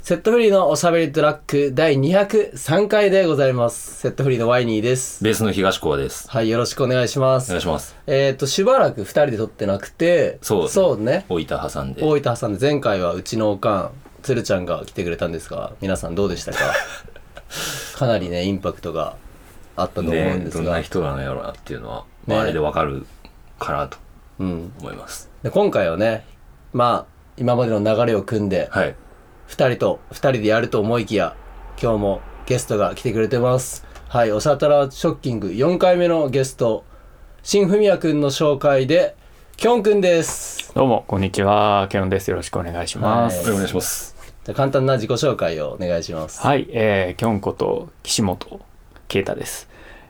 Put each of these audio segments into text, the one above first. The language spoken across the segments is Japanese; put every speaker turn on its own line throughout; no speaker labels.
セットフリーのおしゃべりトラック第203回でございます。セットフリーのワイニーです。
ベースの東川です。
はい、よろしくお願いしま
お願い
す。
します。
えっ、と、しばらく二人で撮ってなくて、
そう
そうね。
大分挟んで。
大分さんで前回はうちのおかん、つるちゃんが来てくれたんですが、皆さんどうでした かかなりね、インパクトがあったと思うん
ね
で
ど
す
ん
が、
な人なのやろうなっていうのは、
ね
まああれでわかるかなと
うん。
思います。
で今回はね、まあ、今までの流れを組んで、
はい。
二人と二人でやると思いきや今日もゲストが来てくれてますはい「おさたらショッキング」4回目のゲスト新文也くんの紹介できょんくんです
どうも、こんにちは。ケロンです。よろしくお願いしま
は
す。
お願いします。
じゃあ簡単な自己紹介をお願いします
はい、えー、きょんこと岸本啓太です。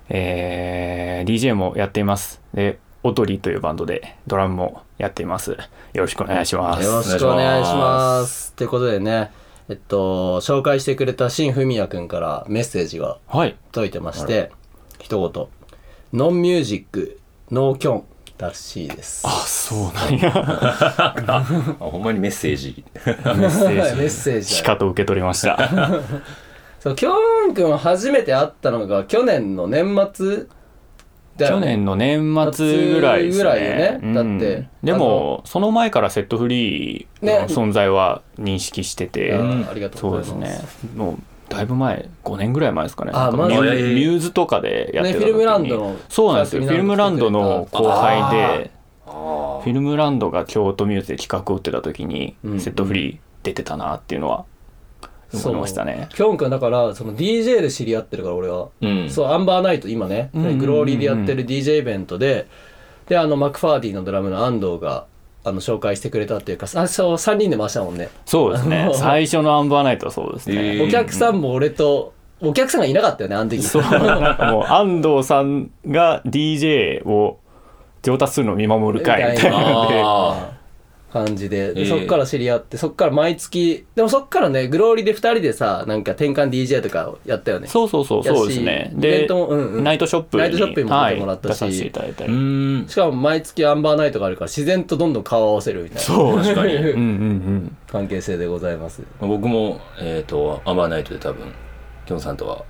えー、DJ もやっています。で、オトリというバンドでドラムもやっています。よろしくお願いしま
よろ
す。
しくお願いし
お
ま
願いします
ということでねえっと紹介してくれた新文也くんからメッセージが
はい。
届いてまして一言「ノンミュージックノーキョン」らしいです
あ、そうなんや。
あ、ほんまにメッセージ。
メッセ
メッ
ージ。
セージだね
しかと受け取りま した。
そう、きょんくん初めて会ったのが去年の年末だよ
去
ね。
年の年末ぐらいですね。
ぐらいよね
うん
だって
でも、その前からセットフリーの存在は認識してて。
うんありがとう
そう
ご
で
ざ
す
います。
ね。もうだいぶ前、5年ぐらい前ですかね。
あ
なんか
まだ
ミュ
ええ
ーミューズとかでやってた
ねフィ
時に
ルムランドの
そうなんですよ。フィルムランドの後輩で、
あ
フィルムランドが京都ミューズで企画を打ってた時に
うん、
セットフリー出てたなっていうのは
そう
思いましたね。
きょんくんだから、その DJ で知り合ってるから、俺は。
うん。
そう、アンバーナイト、今ね、
うんうんうんうん
グローリーでやってる DJ イベントで、で、あの、マクファーディのドラムの安藤が、あの、紹介してくれたっていうか、最初3人で回したもんね。
そうで すね。最初のアンバーナイトはそうです
え
ね。
え
お客さんも俺と、お客さんがいなかったよね、あの時。
そう。もう安藤さんが DJ を上達するのを見守る会みたいなので。
あ
感じでで
ええ
そっから知り合ってそっから毎月でもそっからねグローリーで2人でさなんか転換 DJ とかをやったよね
そうそうそう、
やし
そうですね。
イベ
で
ントもうんうん、
ナイトショップに
ナイトショップにも出てもらったし
はい、出させていただいた
あ。
り。
う
うん
ん。
しかも毎月アンバーナイトがあるから自然とどんどん顔を合わせるみたいな
そう
確かに
うんうん。
関係性でございます
僕も、えっと、アンバーナイトで多分、きょんさんとは、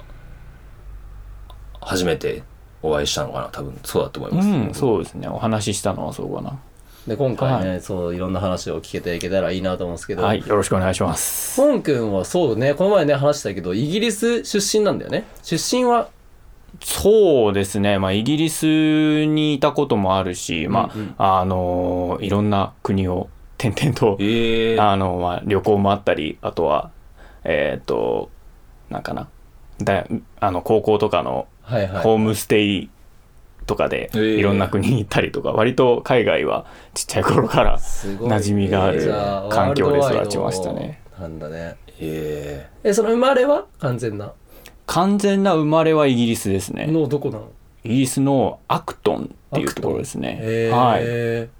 初めてお会いしたのかな。多分、そうだと思います。
うん、そうですね。お話ししたのはそうかな。
で今回ね、い、そういろんな話を聞けていけたらいいなと思うんですけど、
はい、よろしくお願いします。
ポン君はそうねこの前ね話したけどイギリス出身なんだよね出身は
そうですね。まあ、イギリスにいたこともあるし、ま
うんうん
あ、あのーいろんな国を転々と、
ええ。
あのまあ、旅行もあったり、あとは、えっ、と、なんかな。だあの高校とかの
はいはい
ホームステイとかで
ええ
いろんな国に行ったりとか、割と海外はちっちゃい頃から
すごい
馴染みがある
じゃあ
環境で
ワールドワイド
育ちましたね
なんだね
え
えその生まれは完全な
完全な生まれはイギリスですね
のどこなの
イギリスのアクトンっていうところですね
えー
はい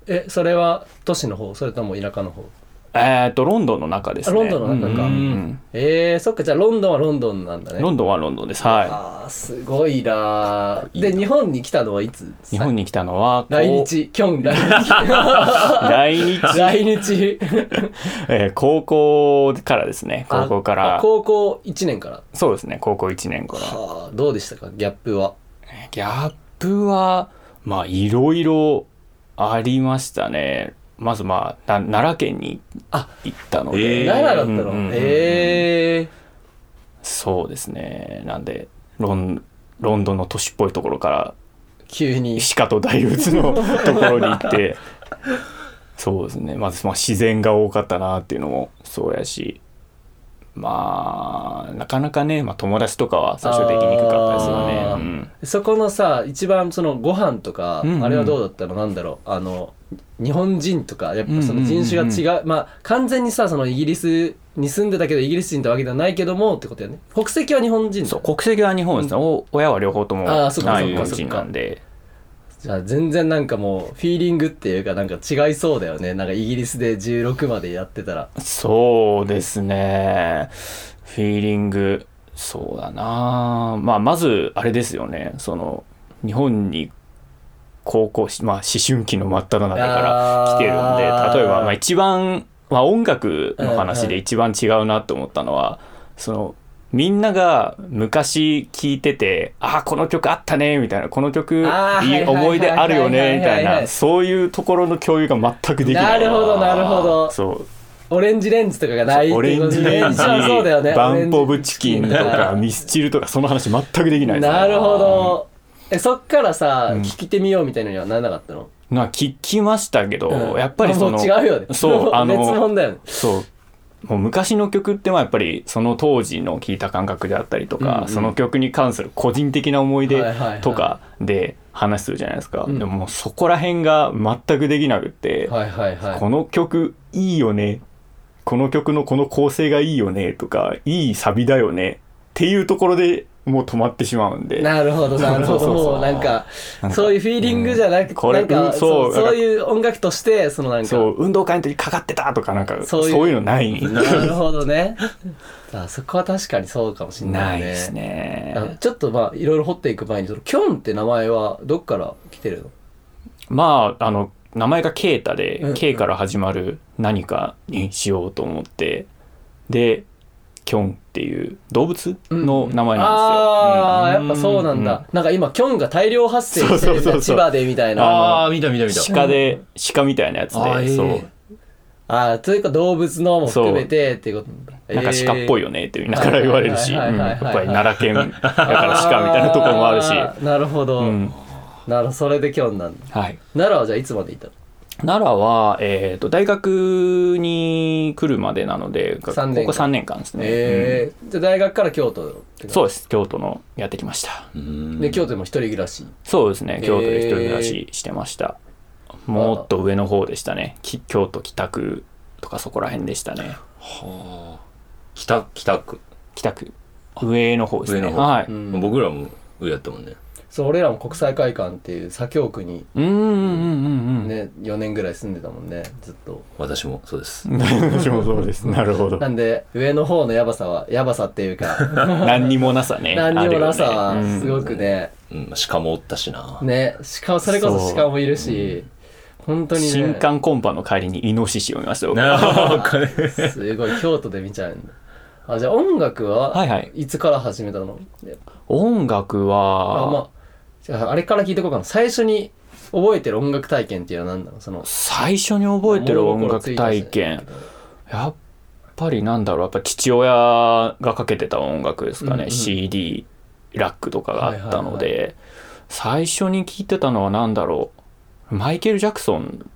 えそれは都市の方それとも田舎の方
えーっとロンドンの中ですね
あロンドンの中か
うんうん
えー、そっかじゃあロンドンはロンドンなんだ
う
ね
んロンドンはロンドンですは
あーすごいなー
いいな
で日本に来たのはいつ
い日本に来たのはこう
来日キョン来
来日、
日来日
えー高校からですね高校か
あ
ら
高校1年から
そうですね高校1年から
はあどうでしたかギャップは
ギャップはまあいろいろありましたねまずまあな奈良県に
あ
行ったの
え
で、
ー
奈良だったの、
うんうんうん
えー、
そうですねなんでロンロンドンの都市っぽいところから
急に
鹿と大仏のところに行ってそうですねまず、まあ、自然が多かったなっていうのもそうやしまあなかなかね、まあ、友達とかは最初できにくかったですよね
あー
うん
そこのさ一番そのご飯とか、
うんうん
あれはどうだったのなんだろうあの日本人とかやっぱその人種が違う,、まあ完全にさそのイギリスに住んでたけどイギリス人ってわけではないけどもってことよね国籍は日本人だ
そう国籍は日本ですね、お親は両方とも
あーそっか
はい
そっか
日本
そっか
人なんで
じゃあ全然なんかもうフィーリングっていうかなんか違いそうだよねなんかイギリスで16までやってたら
そうですねフィーリングそうだなまあまずあれですよねその日本に高校しまあ思春期の真っ只中から来てるんで
あー
例えばまあ一番まあ、音楽の話で一番違うなと思ったのは、そのみんなが昔聴いてて「ああこの曲あったね」みたいな「この曲
あー
いい思い出あるよ
はいはいはいはいはいはい
ね」みたいなそういうところの共有が全くでき
な
ない。
るほどなるほど
そう
オレンジレンジとかがない
オレンジレンジ、
そうだよね
バンポブチキン と
オレ
か
ンジ
ミスチルとかその話全くできないですね
なるほどえそっからさ、
うん
聞いてみようみたいのにはならなかったの、
な聞きましたけど、
うん
やっぱりその
もう違うよね
そうあの
別物だよね
そうもう昔の曲ってまあやっぱりその当時の聴いた感覚であったりとか、
うんうん
その曲に関する個人的な思い出
はいはいはい
とかで話するじゃないですか、
うん
でももうそこら辺が全くできなくって、
はいはいはい
この曲いいよねこの曲のこの構成がいいよねとかいいサビだよねっていうところでもう止まってしまうんで
なるほどなるほど
そうそうそう
もうなんか
なんか
そういうフィーリングじゃなくて、
うんこれ
なんか、
うん
そ
そうう
そういう音楽としてそのなんか
そう運動会の時かかってたとかなんか
そ
そうう
いう
いうのない
なるほどね あそこは確かにそうかもしれな
ないい
ね
です
あ
ね
ちょっとまあいろいろ掘っていく前にそのキョンって名前はどっから来てるの
まああの名前がケータで、
うんうん
K から始まる何かにしようと思ってでキョンっていう動物の名前
ああ
な
ー、や
ん
っぱ
ですよ、
そうなんだ、なんか今キョンが大量発生してるみたい
そ
な
うそうそうそ
千
う
葉でみたいな
ああ、見た見た見た。
鹿で鹿みたいなやつで、
あーえー
そう
ああというか動物のも含めてっていうこと
なんか鹿っぽい
よ
よねってみんなから言われるし、
はいはいはいはい
うんやっぱり奈良県だから鹿みたいなところもあるし、
なるほど、
うん
なるほどそれでキョンなんだ
はい、
奈良はじゃあいつまでいたの
奈良は、えー、と大学に来るまでなのでここ
三年間
3年間ですね、
ええじゃあ大学から京都って
うん
こと
そうです京都のやってきました
うん
で京都でも一人暮らし
そうですね京都で一人暮らししてました、もっと上の方でしたねき京都北区とかそこら辺でしたね
はあ。北、北区。
北区上の方ですね
上の方
はい
うん
僕らも上やったもんね。
そう俺らも国際会館っていう左京区に
うんうんうんうん、
ね4年ぐらい住んでたもんねずっと
私もそうです。
私もそうですなる ほど
なんで上の方のヤバさはヤバさっていう か
何にもな さね
何にもなさ
あるよね
は
うん
すごくね
うん、まあ鹿もおったしな。
ねしかもそれこそ鹿もいるし本当にね
新刊コンパの帰りにイノシシを見ましたよ
なあ、これ。
すごい京都で見ちゃうんだあじゃあ音楽
は
はい
はい
いつから始めたの
音楽は
あまあじゃああれから聞いてこうかな最初に覚えてる音楽体験っていうのは何なのその
最初に覚えてる音楽体験やっぱりなんだろうやっぱ父親がかけてた音楽ですかね、
うんうん
CD ラックとかがあったので、
は
最初に聴いてたのは何だろうマイケル・ジャクソン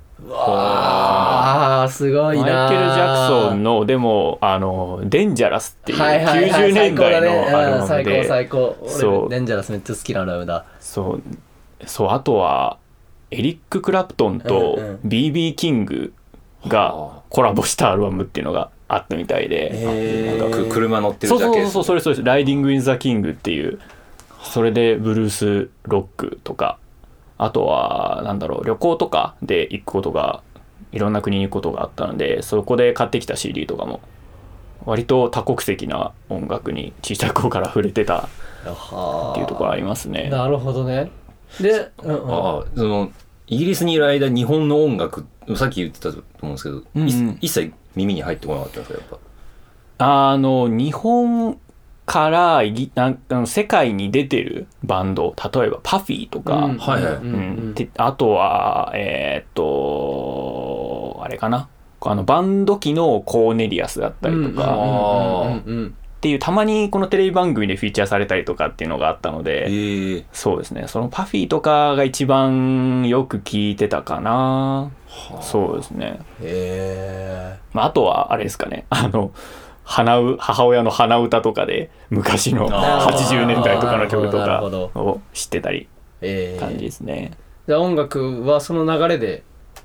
ああすご
マ
い
イケル・ジ
な
ャクソンのでもあの「デンジャラス」っていう
はいはいはい
90年
最
代
高だ
のア
ね
ル
うん
バム
最高
で
最高
そ
俺
う
デンジャラスめっちゃ好きなアルバムだ
そうそうあとはエリック・クラプトンと
うんうん
BB キングがコラボしたアルバムっていうのがあったみたいで。
へ
なんかく車乗ってる
そう
だ
そう
け
そうそうそれそれです「ライディング・イン・ザ・キング」っていうそれでブルースロックとかあとはなんだろう旅行とかで行くことがいろんな国に行くことがあったのでそこで買ってきた CD とかも割と多国籍な音楽に小さい頃から触れてたっていうところありますね
なるほどねで、うんうん
ああ、その、イギリスにいる間、日本の音楽、さっき言ってたと思うんですけど、
うんうん
い一切耳に入ってこなかったんですか、やっぱ。
あの日本からイギなんあの世界に出てるバンド例えばパフィーとか、
うん
はいはい
うん
う
うん
ん、であとはえーっとあれかなあのバンド機のコーネリアスだったりと
うん
か
うんうんうんうん
っていうたまにこのテレビ番組でフィーチャーされたりとかっていうのがあったので
ええ。
そうですねそのパフィーとかが一番よく聞いてたかなそうですね、
へ
まあ、あとはあれですかねあの花う母親の鼻歌とかで昔の
あー
80年代とかの曲と
なる
か
ほど
を知ってたり
え
感じですね
じゃあ音楽はその流れで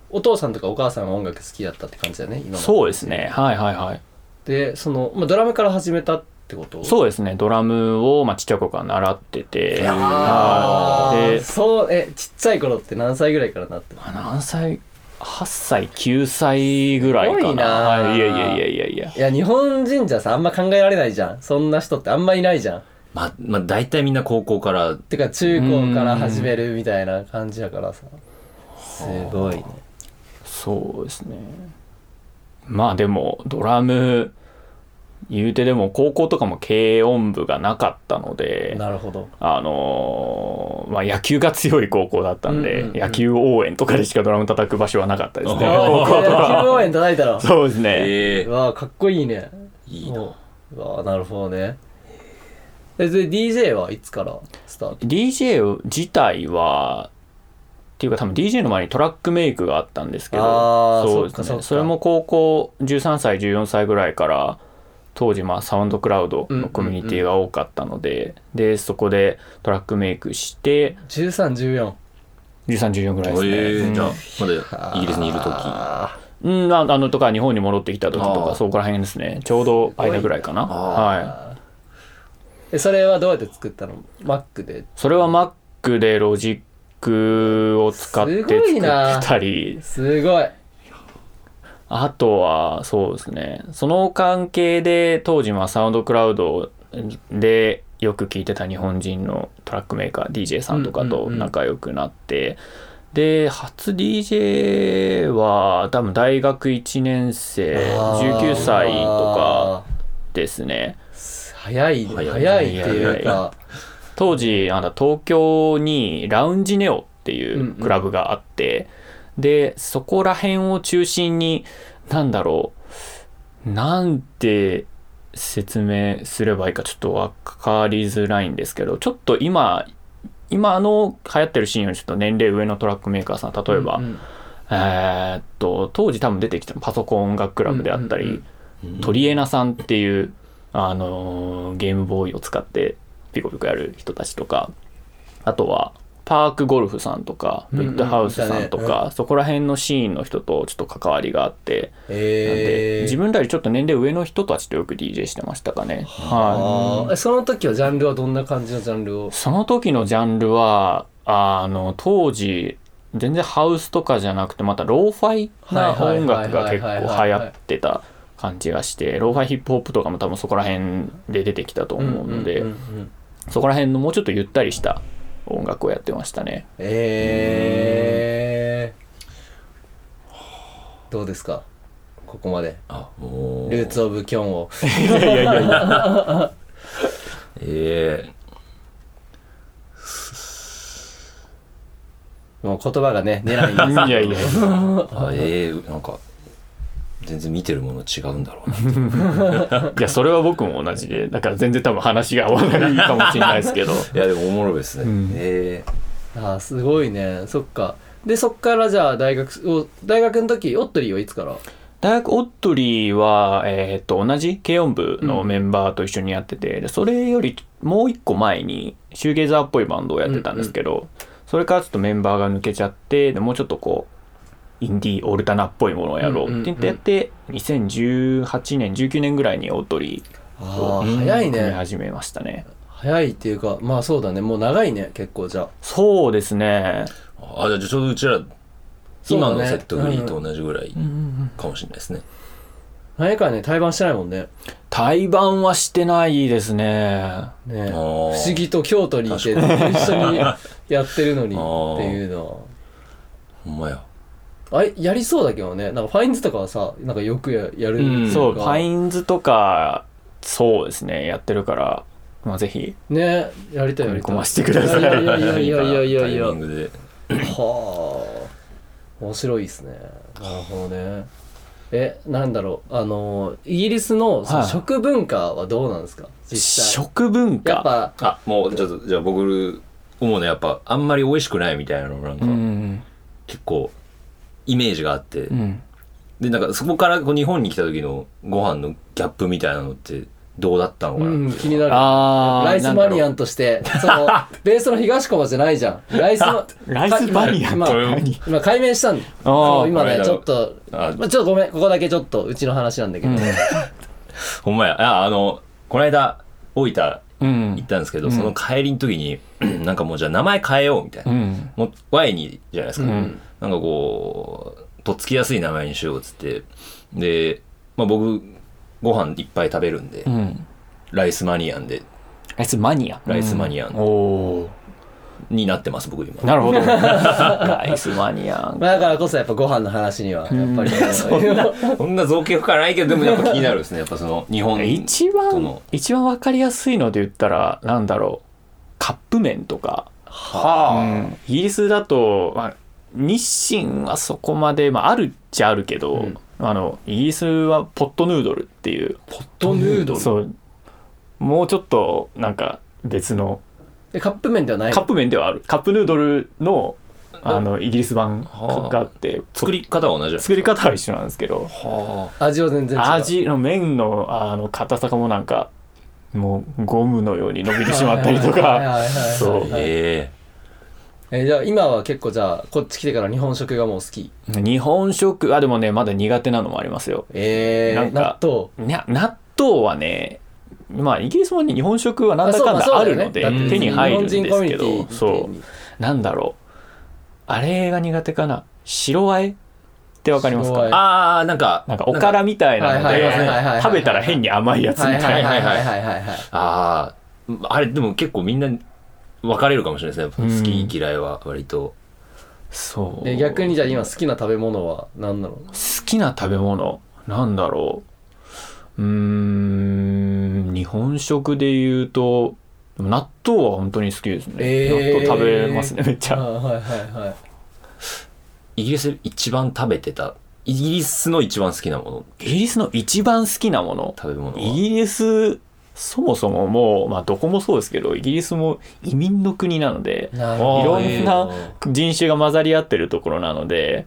お父さんとかお母さんが音楽好きだったって感じだよね今の
そうですねはいはいはい
でその、まあ、ドラムから始めたってことう
そうですねドラムを、まあ、ちっちゃい頃から習ってて
あ
はい
ー
で
そうえちっちゃい頃って何歳ぐらいからなって
まあ何歳8歳9歳ぐらい
すご
か
いな
な
ー
はいいやいやいやいやいや
いや日本人じゃさあんま考えられないじゃんそんな人ってあんまいないじゃん
まあ、まあ、大体みんな高校から、
てか中高から始めるみたいな感じだからさすごいね
そうですねまあでもドラム言うてでも高校とかも軽音部がなかったので
なるほ ど。
あのーまあ、野球が強い高校だったんで、
うんうんうん
野球応援とかでしかドラム叩く場所はなかったです
あ
ね
あ、
高校と
野球
か
応援叩いたら。
そうですね、
え
うわあ、かっこいいね。
いいな。
うわあ、なるほどね。えで、DJ はいつからスタート
DJ 自体はっていうか多分 DJ の前にトラックメイクがあったんですけど
あー
そうで
そっか
す
そっ
ね
か
それも高校13歳14歳ぐらいから当時まあサウンドクラウドのコミュニティが多かったので、でそこでトラックメイクして
?13、14。
1314ぐらいですね、
え
う
え
ん
じゃあ、まだイギリスにいる時あ
あ
うん、ああのとか日本に戻ってきた時と
あー
かそこら辺ですねちょうど間ぐらいかな
あ
はい
ーえそれはどうやって作ったの ?Mac で。
それは Mac でロジックを使って
す
作
ごい
って
な
たり
すごい。
あとは、そうですね。その関係で、当時、まあ、サウンドクラウドでよく聴いてた日本人のトラックメーカー、DJ さんとか
うんう
と
んうん
仲良くなって、で、初 DJ は、多分大学1年生、
あー
19歳とか。ですね。
早いね、
早い
早いっていうか。
当時あの東京にラウンジネオっていうクラブがあって、でそこら辺を中心になんだろうなんて説明すればいいかちょっと分かりづらいんですけどちょっと今今あの流行ってるシーンよりちょっと年齢上のトラックメーカーさん例えば、
うんうん
えーっと当時多分出てきたパソコン音楽クラブであったり、
うんうんうん
ー
トリエナさんっていう、あのーゲームボーイを使ってピコピコやる人たちとかあとはパークゴルフさんとか
うん
ブ
うん
ッドハウスさんと
いた
か、そこら辺のシーンの人とちょっと関わりがあって、なん
え
で
ー、
自分らよりちょっと年齢上の人たちとよく DJ してましたかね。
あ
は
ーえその時はジャンルはどんな感じのジャンルを
い、その時のジャンルはあの当時全然ハウスとかじゃなくてまたローファイな音楽が結構流行ってた感じがしてローファイヒップホップとかも多分そこら辺で出てきたと思うので、
んうんうん
そこら辺のもうちょっとゆったりした音楽をやってましたね
えー、どうですかここまで
あ、もう。
ルーツ・オブ・キョン を
え
もう言葉がね狙いに
いやいやいや
えあ、ええなんか、全然見てるもの違うんだろうな。
いやそれは僕も同じでだから全然多分話が合わないかもしれないですけど
いや、でもおもろいですね。
うん
え
あーすごいねそっかでそっからじゃあ大学を大学の時オットリーはいつから
大学オットリーは、えー、と同じ軽音部のメンバーと一緒にやってて、でそれよりもう一個前にシューゲイザーっぽいバンドをやってたんですけど、それからちょっとメンバーが抜けちゃってでもうちょっとこうインディーオルタナっぽいものをやろうって言ってやって、2018年19年ぐらいにオットリ
ああ早い
ー組み
ね
始めましたね
早いっていうかまあそうだねもう長いね結構じゃあ
そうです
え
ね
あ、じゃあちょうどうちら、
そうだ
今
ね
のセットフリーと同じぐらいかもしれないですね。
何回ね対バンしてないもんね
対バンはしてないですね
ね
あ
不
ー
思議と京都にいて一緒にやってるのに
あー
っていうの
ほんまや。
はあれやりそうだけどねなんかファインズとかはさなんかよくややるってい
うん
そう、ファ
ン
インズとか、そうですね、やってるから、まあ、ぜひ、
ねやりたいやり
組み
た
込
い
ませてください。
やいやいやいやいやいやいや
タイミングで。
はあ面白いですねなるほどねえなんだろうあのイギリスのその
はい
食文化はどうなんですか実際
食文
やっ
化。
ぱ
あ、もうちょっと、じゃあ僕、思うのやっぱ、あんまり美味しくないみたいなのなん
う
か、
ん。
結構、イメージがあって
う、ん。
で、なんかそこからこう日本に来た時のご飯のギャップみたいなのって、どうだったのかな
うん
って
気
いう
に
のは
なる
あー
ライスマニアン
なんだ
としてそのベースの東駒じゃないじゃんライスの
ろうライスマニアン
まあ
と
まあ
何
今解明したんだ
あー
そう今
これ
ね
だ
ちょっと
あ
まあ、ちょっとごめんここだけちょっとうちの話なんだけど、
ほんまや。あ、あの、この間、大分行
うん。うん
っ。たんですけど、その帰りの時に、 なんかもうじゃあ名前変えようみたいな。
うん。
もう Y にじゃないですか、
うん
なんかこうとっつきやすい名前にしようっつってで、まあ、僕ご飯いっぱい食べるんで、
うん。
ライスマニアンで
ライスマニアン。
ライスマニアン
うんおー
になってます僕今
なる ほど。ナイスマニアン。
まあだからこそやっぱご飯の話にはやっぱり、
そんな、そんな造形深ないけど、でもやっぱ気になるですね。やっぱそ の、日本
一
そ
番
の、
一番わかりやすいので言ったら、なんだろう。カップ麺とか。
はあ、
うんイギリスだと、まあ、日清はそこまで、まあ、あるっちゃあるけど、
うん
あのイギリスはポットヌードルっていう
ポットヌードル。
そうもうちょっとなんか別の
えカップ麺ではない
カップ麺ではあるカップヌードルのあ
な
のイギリス版
はあ
があって
作り方は同じなんです
作り方は一緒なんですけど
かは
味は全然違う
味の麺のあの硬さもなんかもうゴムのように伸びてしまったりと
はい はい
か
はいはいはい
そう
あ。え
えじゃあ今は結構じゃあこっち来てから日本食がもう好き
日本食あでもねまだ苦手なのもありますよ
え
な
ー、
んか
納豆
いや納豆はねまあイギリスも日本食はなんだかん
あそう
だ
ま
あ
あそう
る
だよね
ので
だって
手に入るんです
日本人
け
コミュニ
ど
ティ
そうなんだろうあれが苦手かな白あえってわかります
白あえ
か
ああ、なんか、
なんかおからみたいなの
はい
はいはいはい
はいは
で
い
食べたら変に甘いやつみ
はい
た
はいい
な
はいはいはいはいはい
ああ、あれでも結構みんな分かれるかもしれないですね。好き嫌いは割と。
そう
で逆にじゃあ今好きな食べ物は何なの
好きな食べ物なんだろううーん日本食で言うと納豆は本当に好きですね、
えー
納豆食べますねめっちゃ
はいはいはいはい
イギリスで一番食べてた、イギリスの一番好きなもの、
イギリスの一番好きなもの
食べ物
イ
は。
ギリスそもそももう、まあ、どこもそうですけどイギリスも移民の国なので
なる
い
ほ
ろ
ど
んな人種が混ざり合ってるところなので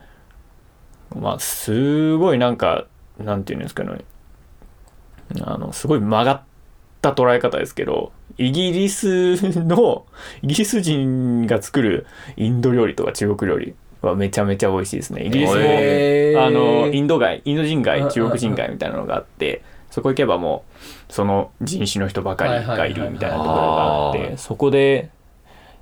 まあすごいなんかなんていうんですかねあのすごい曲がった捉え方ですけどイギリスの イギリス人が作るインド料理とか中国料理はめちゃめちゃ美味しいですねイギリスも、
えー
あのインド街インド人
うんうん
街
うん
中国人街みたいなのがあってそこ行けばもうその人種の人ばかりがいるみたいなところがあっ
はいはいはいはいあ
てそこで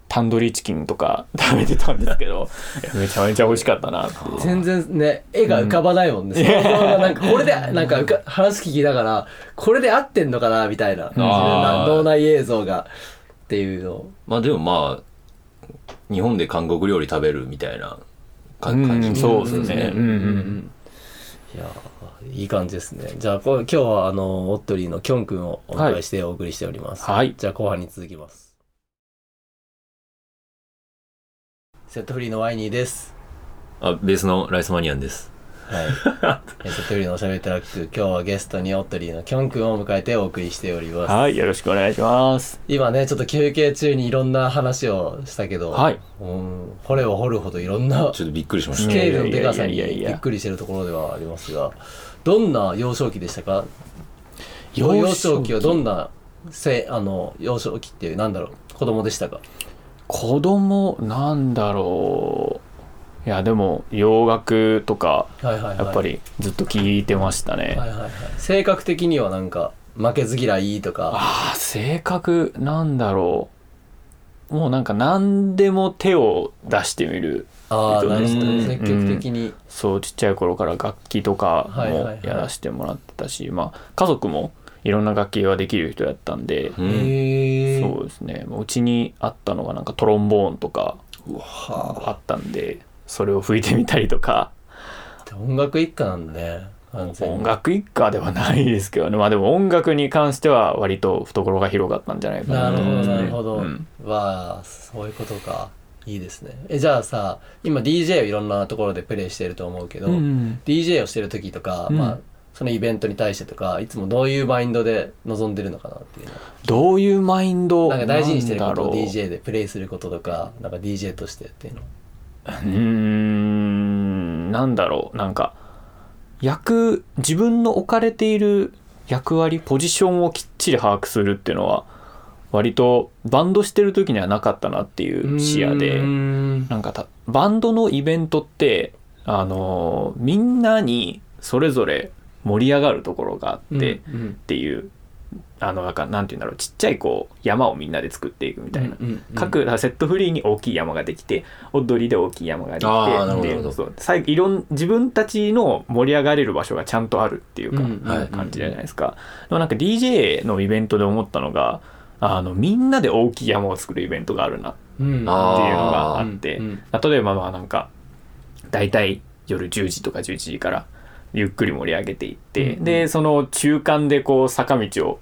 タンドリーチキンとか 食べてたんですけ どいやめちゃめちゃ美味しかったなって
全然ね絵が浮かばないもんね、想像がなんかこれでなんか浮か話聞きながらこれで合ってんのかなみたいな
あー
脳内映像がっていうのを
まあでもまあ、日本で韓国料理食べるみたいなか
うん
感じ
そうですねうんうん
いやーいい感じですねじゃあこ今日はあのオットリーのきょんくんをお迎えしてお送りしております、
はい
じゃあ後半に続きますセットフリーのワイニーです
あ、ベースのライスマニアンです。
はい。え セットフリーのおしゃべりトラック、今日はゲストにオットリーのきょんくんを迎えてお送りしております。
はいよろしくお願いします
今ねちょっと休憩中にいろんな話をしたけど、
はい
うん、掘れば掘るほどいろんな
ちょっとびっくりしまし
ス
た。
ケールのでかさに
いやいやいやいや
びっくりしてるところではありますがどんな幼少期でしたか
幼少期
幼少期はどんなせあの幼少期っていうなんだろう子供でしたか
子供なんだろういやでも洋楽とか
はいはいはい
やっぱりずっと聞いてましたね、
はいはいはい性格的にはなんか負けず嫌いとか
ああ性格なんだろうもうなんか何でも手を出してみる
ああなるほど
うん
積極的に
そうちっちゃい頃から楽器とか
はいはいは
も
い
やらせてもらってたし、まあ家族もいろんな楽器ができる人やったんで、
う
へえ
ん。
そうですねもううちにあったのがなんかトロンボーンとか
は
あったんでそれを吹いてみたりとか
あ音楽一家なんだね完全に
音楽一家ではないですけどねまあでも音楽に関しては割と懐が広がったんじゃないか
な
な
る
と
ほど
思いますね
なるほど、
うん
わあそういうことかいいですねえじゃあさ今 DJ をいろんなところでプレイしてると思うけど、
うん
DJ をしてる時とか、
うん
まあそのイベントに対してとかいつもどういうマインドで臨んでるのかなっていうのは
どういうマインド
なんか大事にしてるこ
なんだ
と
ろう
DJ でプレイすることとかなんか DJ としてっていうの
うーんなんだろうなんか役自分の置かれている役割ポジションをきっちり把握するっていうのは割とバンドしてる時にはなかったなっていう視野で
うーん
なんかたバンドのイベントってあのーみんなにそれぞれ盛り上がるところがあって、っ
うんうん
ていうあのなんかなんて言うんだろうちっちゃいこう山をみんなで作っていくみたいな
うんうん
各だからセットフリーに大きい山ができてオッドリーで大きい山ができて
あーなるほど
で
なるほど
そう最後いろん自分たちの盛り上がれる場所がちゃんとあるっていうか、
うん
はい
感じじゃないですか、でもなんか DJ のイベントで思ったのがあのみんなで大きい山を作るイベントがあるなっ
うん
あ
ていうのがあって
うんうん
例えばまあなんか大体夜10時とか11時からゆっくり盛り上げていって、
うんうん
でその中間でこう坂道を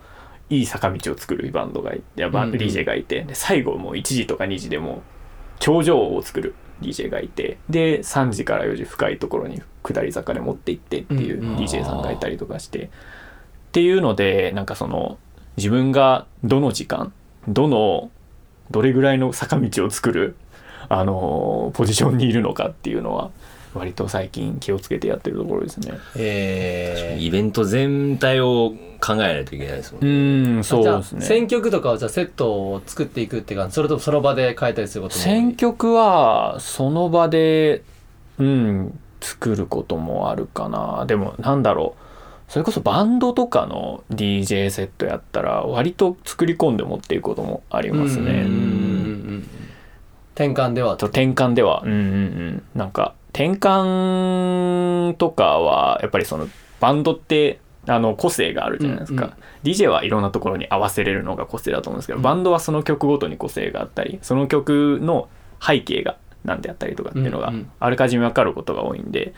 いい坂道を作るバンドがいや
う
バ
ん
ン
うん
DJ がいてで最後もう1時とか2時でもう頂上を作る DJ がいてで3時から4時深いところに下り坂で持って行ってっていう
うんうん
DJ さんがいたりとかして、っていうのでなんかその自分がどの時間どのどれぐらいの坂道を作る、あのーポジションにいるのかっていうのは割と最近気をつけてやってるところですね。
えー
イベント全体を考えないといけないですもん
う
ね。
んそう
じゃ
で
あ
すね。
選曲とかをじゃあセットを作っていくっていうかそれともその場で変えたりすることも
選曲はその場でうん作ることもあるかなでもなんだろうそれこそバンドとかの DJ セットやったら割と作り込んで持っていくこともありますね。
うんうんうんうんうん転換では
と転換ではうんうんうんなんか転換とかはやっぱりそのバンドってあの個性があるじゃないですか、
うんうん
DJ はいろんなところに合わせれるのが個性だと思うんですけど、
うん
バンドはその曲ごとに個性があったりその曲の背景が何であったりとかっていうのが
うんうん
あらかじめ分かることが多いんで、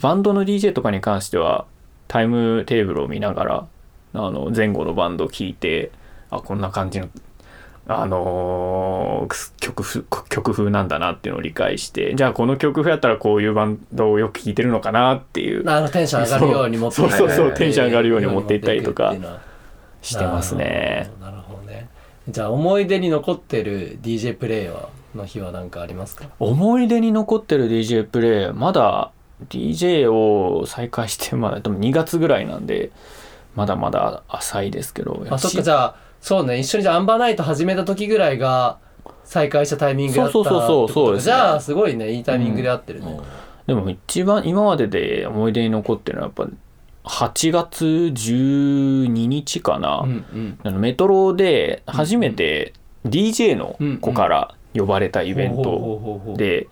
バンドの DJ とかに関してはタイムテーブルを見ながらあの前後のバンドを聞いてあこんな感じのあのー曲風曲風なんだなっていうのを理解してじゃあこの曲風やったらこういうバンドをよく聴いてるのかなっていう
あのテンション上がるように持っていく
そうそうそ
はい
う
はいはい
テ
ンション上がるように持っていったりとか
ように持っていくっていうのは
してますね。
なるほどなるほどねじゃあ思い出に残ってる DJ プレイはの日は何かありますか
思い出に残ってる DJ プレイまだ DJ を再開してまだでも2月ぐらいなんでまだまだ浅いですけど
あそっかじゃあそうね一緒にじゃあアンバーナイト始めた時ぐらいが再開したタイミングだった
そうそうそうそうそうです
じ
ね
ゃあすごいねいいタイミングで合ってるね、
でも一番今までで思い出に残ってるのはやっぱ8月12日かな、
うんうん
あのメトロで初めて DJ の子から呼ばれたイベント
ト
で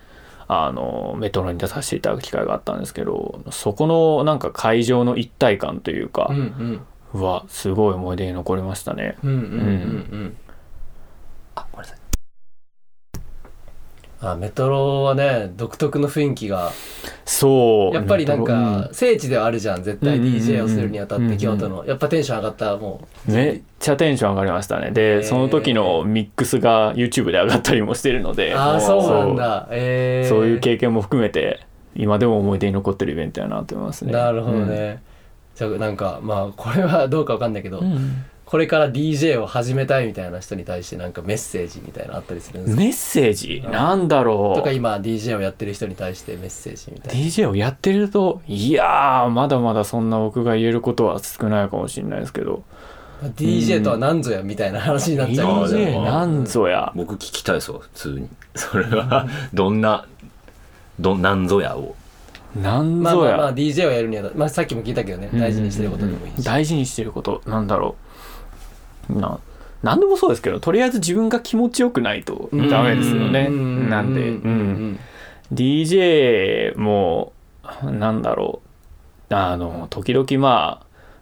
あのメトロに出させていただく機会があったんですけどそこのなんか会場の一体感というか
うんう、ん
はすごい思い出に残りましたね。
うんうんうんうん
あ、ごめんなさい。
あメトロはね独特の雰囲気が
そう
やっぱりなんか
う
聖地ではあるじゃん絶対
うんうんうんうん
DJ をするにあたっ
うんう
て
ん
京都のやっぱテンション上がったも
んめっちゃテンション上がりましたね
え
で、
ー
その時のミックスが YouTube で上がったりもしてるの
う
で
ああそうなんだ
そ
え
う
ー
そういう経験も含めて今でも思い出に残ってるイベントやなと思いますね
なるほど、ねじゃあなんかまあこれはどうかわかんないけど
うんうん
これから DJ を始めたいみたいな人に対してなんかメッセージみたいなのあったりするんですか
メッセージなんだろ
とか
う
今 DJ をやってる人に対してメッセージみたい
DJ をやってるといやーまだまだそんな僕が言えることは少ないかもしれないですけど
な DJ とは何ぞやみたいな話になっちゃうかもしれない
DJ なんぞや
僕聞きたいですわ、普通に。 それは、どんな、どん、なんぞやを。
なん
まあ
ぞ
ま
や、
あまあ DJ をやるには、まあ、さっきも聞いたけどね大事にしてることでもいいし、
大事にしてることなんだろうな何でもそうですけどとりあえず自分が気持ちよくないと
うん
ダメですよね
うん
なんで、
う
うん
ん
DJ もなんだろうあの時々ま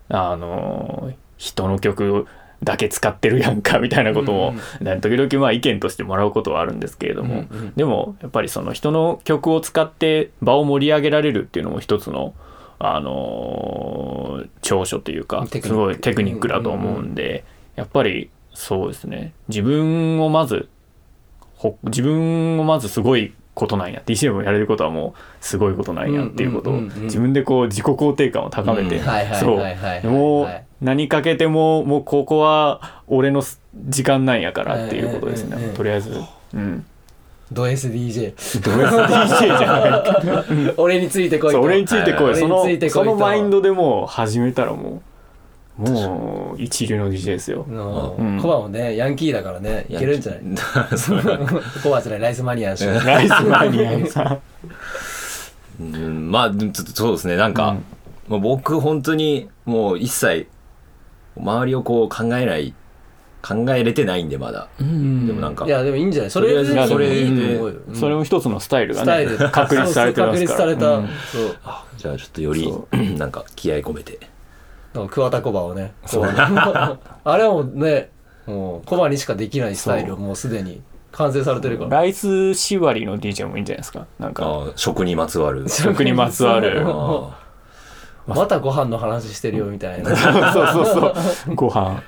ああの人の曲だけ使ってるやんかみたいなことも、ね時々まあ意見としてもらうことはあるんですけれども、
うんうん
でもやっぱりその人の曲を使って場を盛り上げられるっていうのも一つの、あのー長所というか
テクニック
すごいテクニックだと思うんで、やっぱりそうですね自分をまずほ自分をまずすごいことなんや DJ もやれることはもうすごいことなんやっていうこと
う
を
んうんうんうん
自分でこう自己肯定感を高めて、
うん
はいはい
そう
はいはいはいはい
もう何かけてももうここは俺の時間なんやからっていうことです
えええええ
ね
え
とりあえずうん
ド S DJ
ド S DJ じゃないか
俺についてこい
そう
と
俺についてこい
はい
そ
俺についてこいと
のそのマインドでもう始めたらもうもう一流の DJ です よ
の
うん
コバもねヤンキーだからねいけるんじゃない
い そう
コバじゃないライスマニアでしょ
ライスマニアさん
うん、まあ、でもちょっとそうですね、なんか、
うん
まあ、僕、本当に、もう一切、周りをこう考えない、考えれてないんで、まだ。でもなんか
い、やでもいいんじゃないそれ
とりあえず
で
それで
いいと思うようん
それも一つのスタイルが
スタイル
ね確立されてますから
そうそう確立された、
うん
そう
あじゃあちょっとより
そ、
なんか気合い込めて。
なんか桑田コバをねこうあれはもうねもう、コバにしかできないスタイルをもうすでに完成されてるから。
ライス縛りの DJ もいいんじゃないですかなんか
ああ、食にまつ わる。
食にまつわる
そう
あ
またご飯の話してるよみたいな。
そうそうそうご飯
あ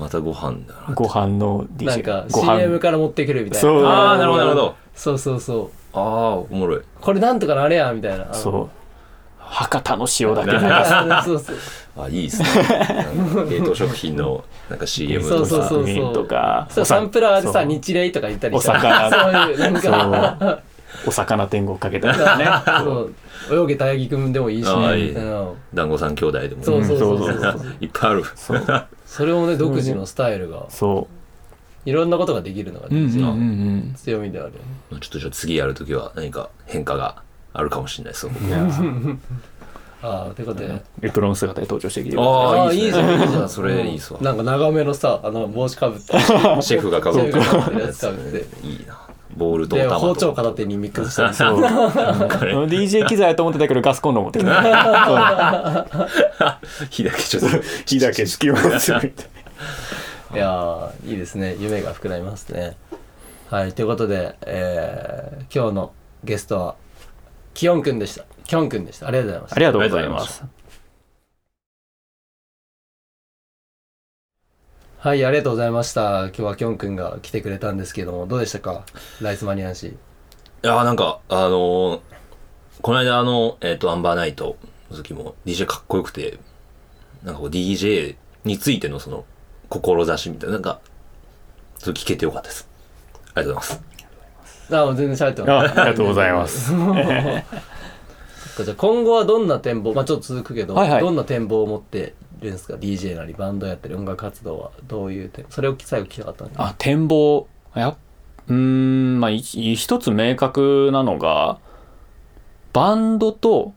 またご飯だな。
ご飯の
なん
DJ
か
ご飯
CM から持ってくるみたいな。
そう
ああ、なるほど、なるほど。
そうそうそう。
ああ、おもろい。
これなんとかなれやみたいな。
そう博多の塩だけ
う。
なん
そうそう。
あい いですね。なんか冷凍食品のなんか CM
そ
と
うそう
か。
そう
ミンとか
そうサンプラーでさ、
そう
日礼とか言ったり
お
さ。
魚
そういう、なんか。
そうお魚天国かけたりとかね
そう泳げたやぎくんでもいいし
ああい
ね
い
うん
団子さん兄弟でもね。
そうそうそうそう
うん
そう
いっぱいある。
そう
それをね独自のスタイルが
そ
いろんなことができるのが
うう
ね
んうんうん
強みである
ちょっとじゃあ次やるときは何か変化があるかもしれない です。
うんいや
ああということで
エプロン姿で登場してきて
あ
あ
あ、
ー
いいです
いいじゃんい
ね。
いじゃん
それいいですわ。
なんか長めのさあの帽子かぶって
シェフがかぶって
シェフが被ってるやつ被って
て。いいな。ボールとお
で
玉と。
包丁片手にミックスしたりさ
そう DJ 機材やと思ってたけどガスコンロ持ってきた
火だけちょっと。
火だけつきますみたい
いやーいいですね夢が膨らみますねはいということで、えー今日のゲストはキヨンくんでしたキヨンくんでしたありがとうございました
ありがとうございます
はい、ありがとうございました。今日はきょんくんが来てくれたんですけども、どうでしたかライスマニアン氏。
いやーなんか、あのーこの間あの、えっ、と、アンバーナイトの時も DJ かっこよくて、なんかこう DJ についてのその、志みたいな、なんか、それ聞けてよかったです。ありがとうございます。
あ、もう全然喋って
あ
ま
ありがとうござ います
す。じゃあ今後はどんな展望、まあちょっと続くけど、
はいはい
どんな展望を持ってるんですか ?DJ なりバンドやったり音楽活動はどういう点それを最後聞きたかったんで。
あ展望やっうーんまあい一つ明確なのがバンドと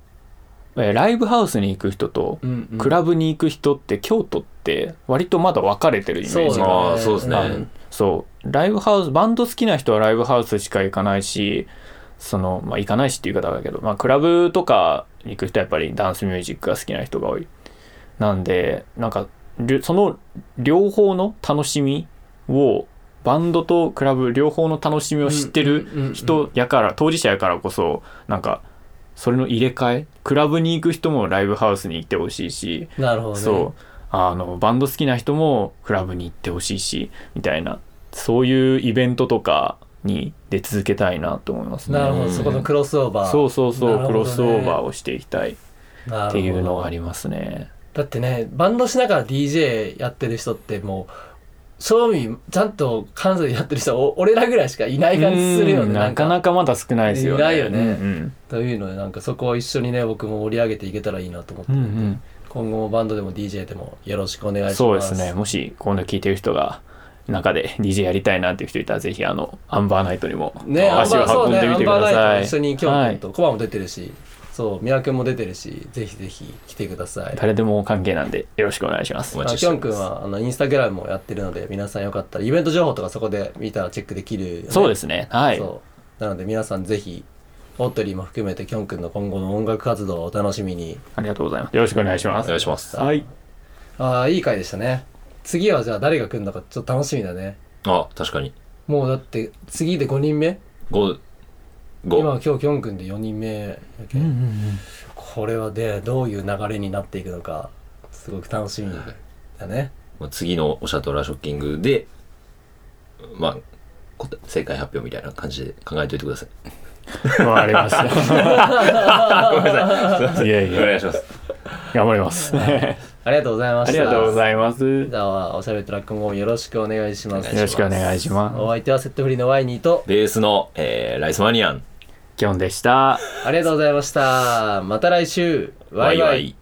えーライブハウスに行く人と
うん、うん。
クラブに行く人って京都って割とまだ分かれてるイメージ
だ
が
ねあーそうですね
あるそうライブハウスバンド好きな人はライブハウスしか行かないしそのまあ行かないしっていう言い方だけど、まあ、クラブとか行く人はやっぱりダンスミュージックが好きな人が多いなんでなんかりゅその両方の楽しみをバンドとクラブ両方の楽しみを知ってる
る
人やから当事者やからこそなんかそれの入れ替えクラブに行く人もライブハウスに行ってほしいし
なるほどね。
そうあのバンド好きな人もクラブに行ってほしいしみたいなそういうイベントとかに出続けたいなと思いますね。
なるほ
う
ど、
ん
そこのクロスオーバー。
そうそうそう、
なるほ
ク
どね
ロスオーバーをしていきたいっ
なるほど
ていうのがありますね。
だってね、バンドしながら DJ やってる人ってもう、正味、ちゃんと関西でやってる人はお俺らぐらいしかいない感じするよ
うん
ね。
なかなかまだ少ないですよね。
いないよね
うん
というのでなんかそこを一緒にね僕も盛り上げていけたらいいなと思って、
うんうん
今後もバンドでも DJ でもよろしくお願いし
うん
ます
そうですね。もしこの聞いてる人が中で DJ やりたいなっていう人いたらぜひあのアンバーナイトにも
ねアン
足
バー
を
そう
運
ね
んで
ア
み
ン
てく
バー
だ
ナイ
さ
ト
い。
一緒に今
は
日
い
とコバも出てるし、そうミラ君も出てるしぜひぜひ来てください
誰でも関係なんでよろしくお願いします
お。
あ
待ちし
き
て
ょ
お
ん
り
くん
ます。
はあのインスタグラムもやってるので皆さんよかったらイベント情報とかそこで見たらチェックできるよね、
そうですね。はい。
そうなので皆さんぜひオートリーも含めてきょんくんの今後の音楽活動をお楽しみに
ありがとうございます。よろしくお願いしま
お
す
願。いします。
はい。
ああいい回でしたね次はじゃあ誰が来るのかちょっと楽しみだね
あ、確かに。
もうだって次で5人目
5、
今
5。
今日キョン君で4人目やけんこれはでどういう流れになっていくのかすごく楽しみだね
まあ次のおしゃとらショッキングで、まあ、こ正解発表みたいな感じで考えておいてください。
わかりました。
ごめんなさい。
いやい や
お願いします。
頑張ります。あ
ありがとうございました
りがとうご
い
ざいます。
ま
よ
すじゃあおしゃべりトラックもよろしくお願いします
ろしくお願いします。
お相手はセットフリーのワイニーと
ベースの、えーライスマニアン。
きょんでした。
ありがとうございましたまた来週ワイワイ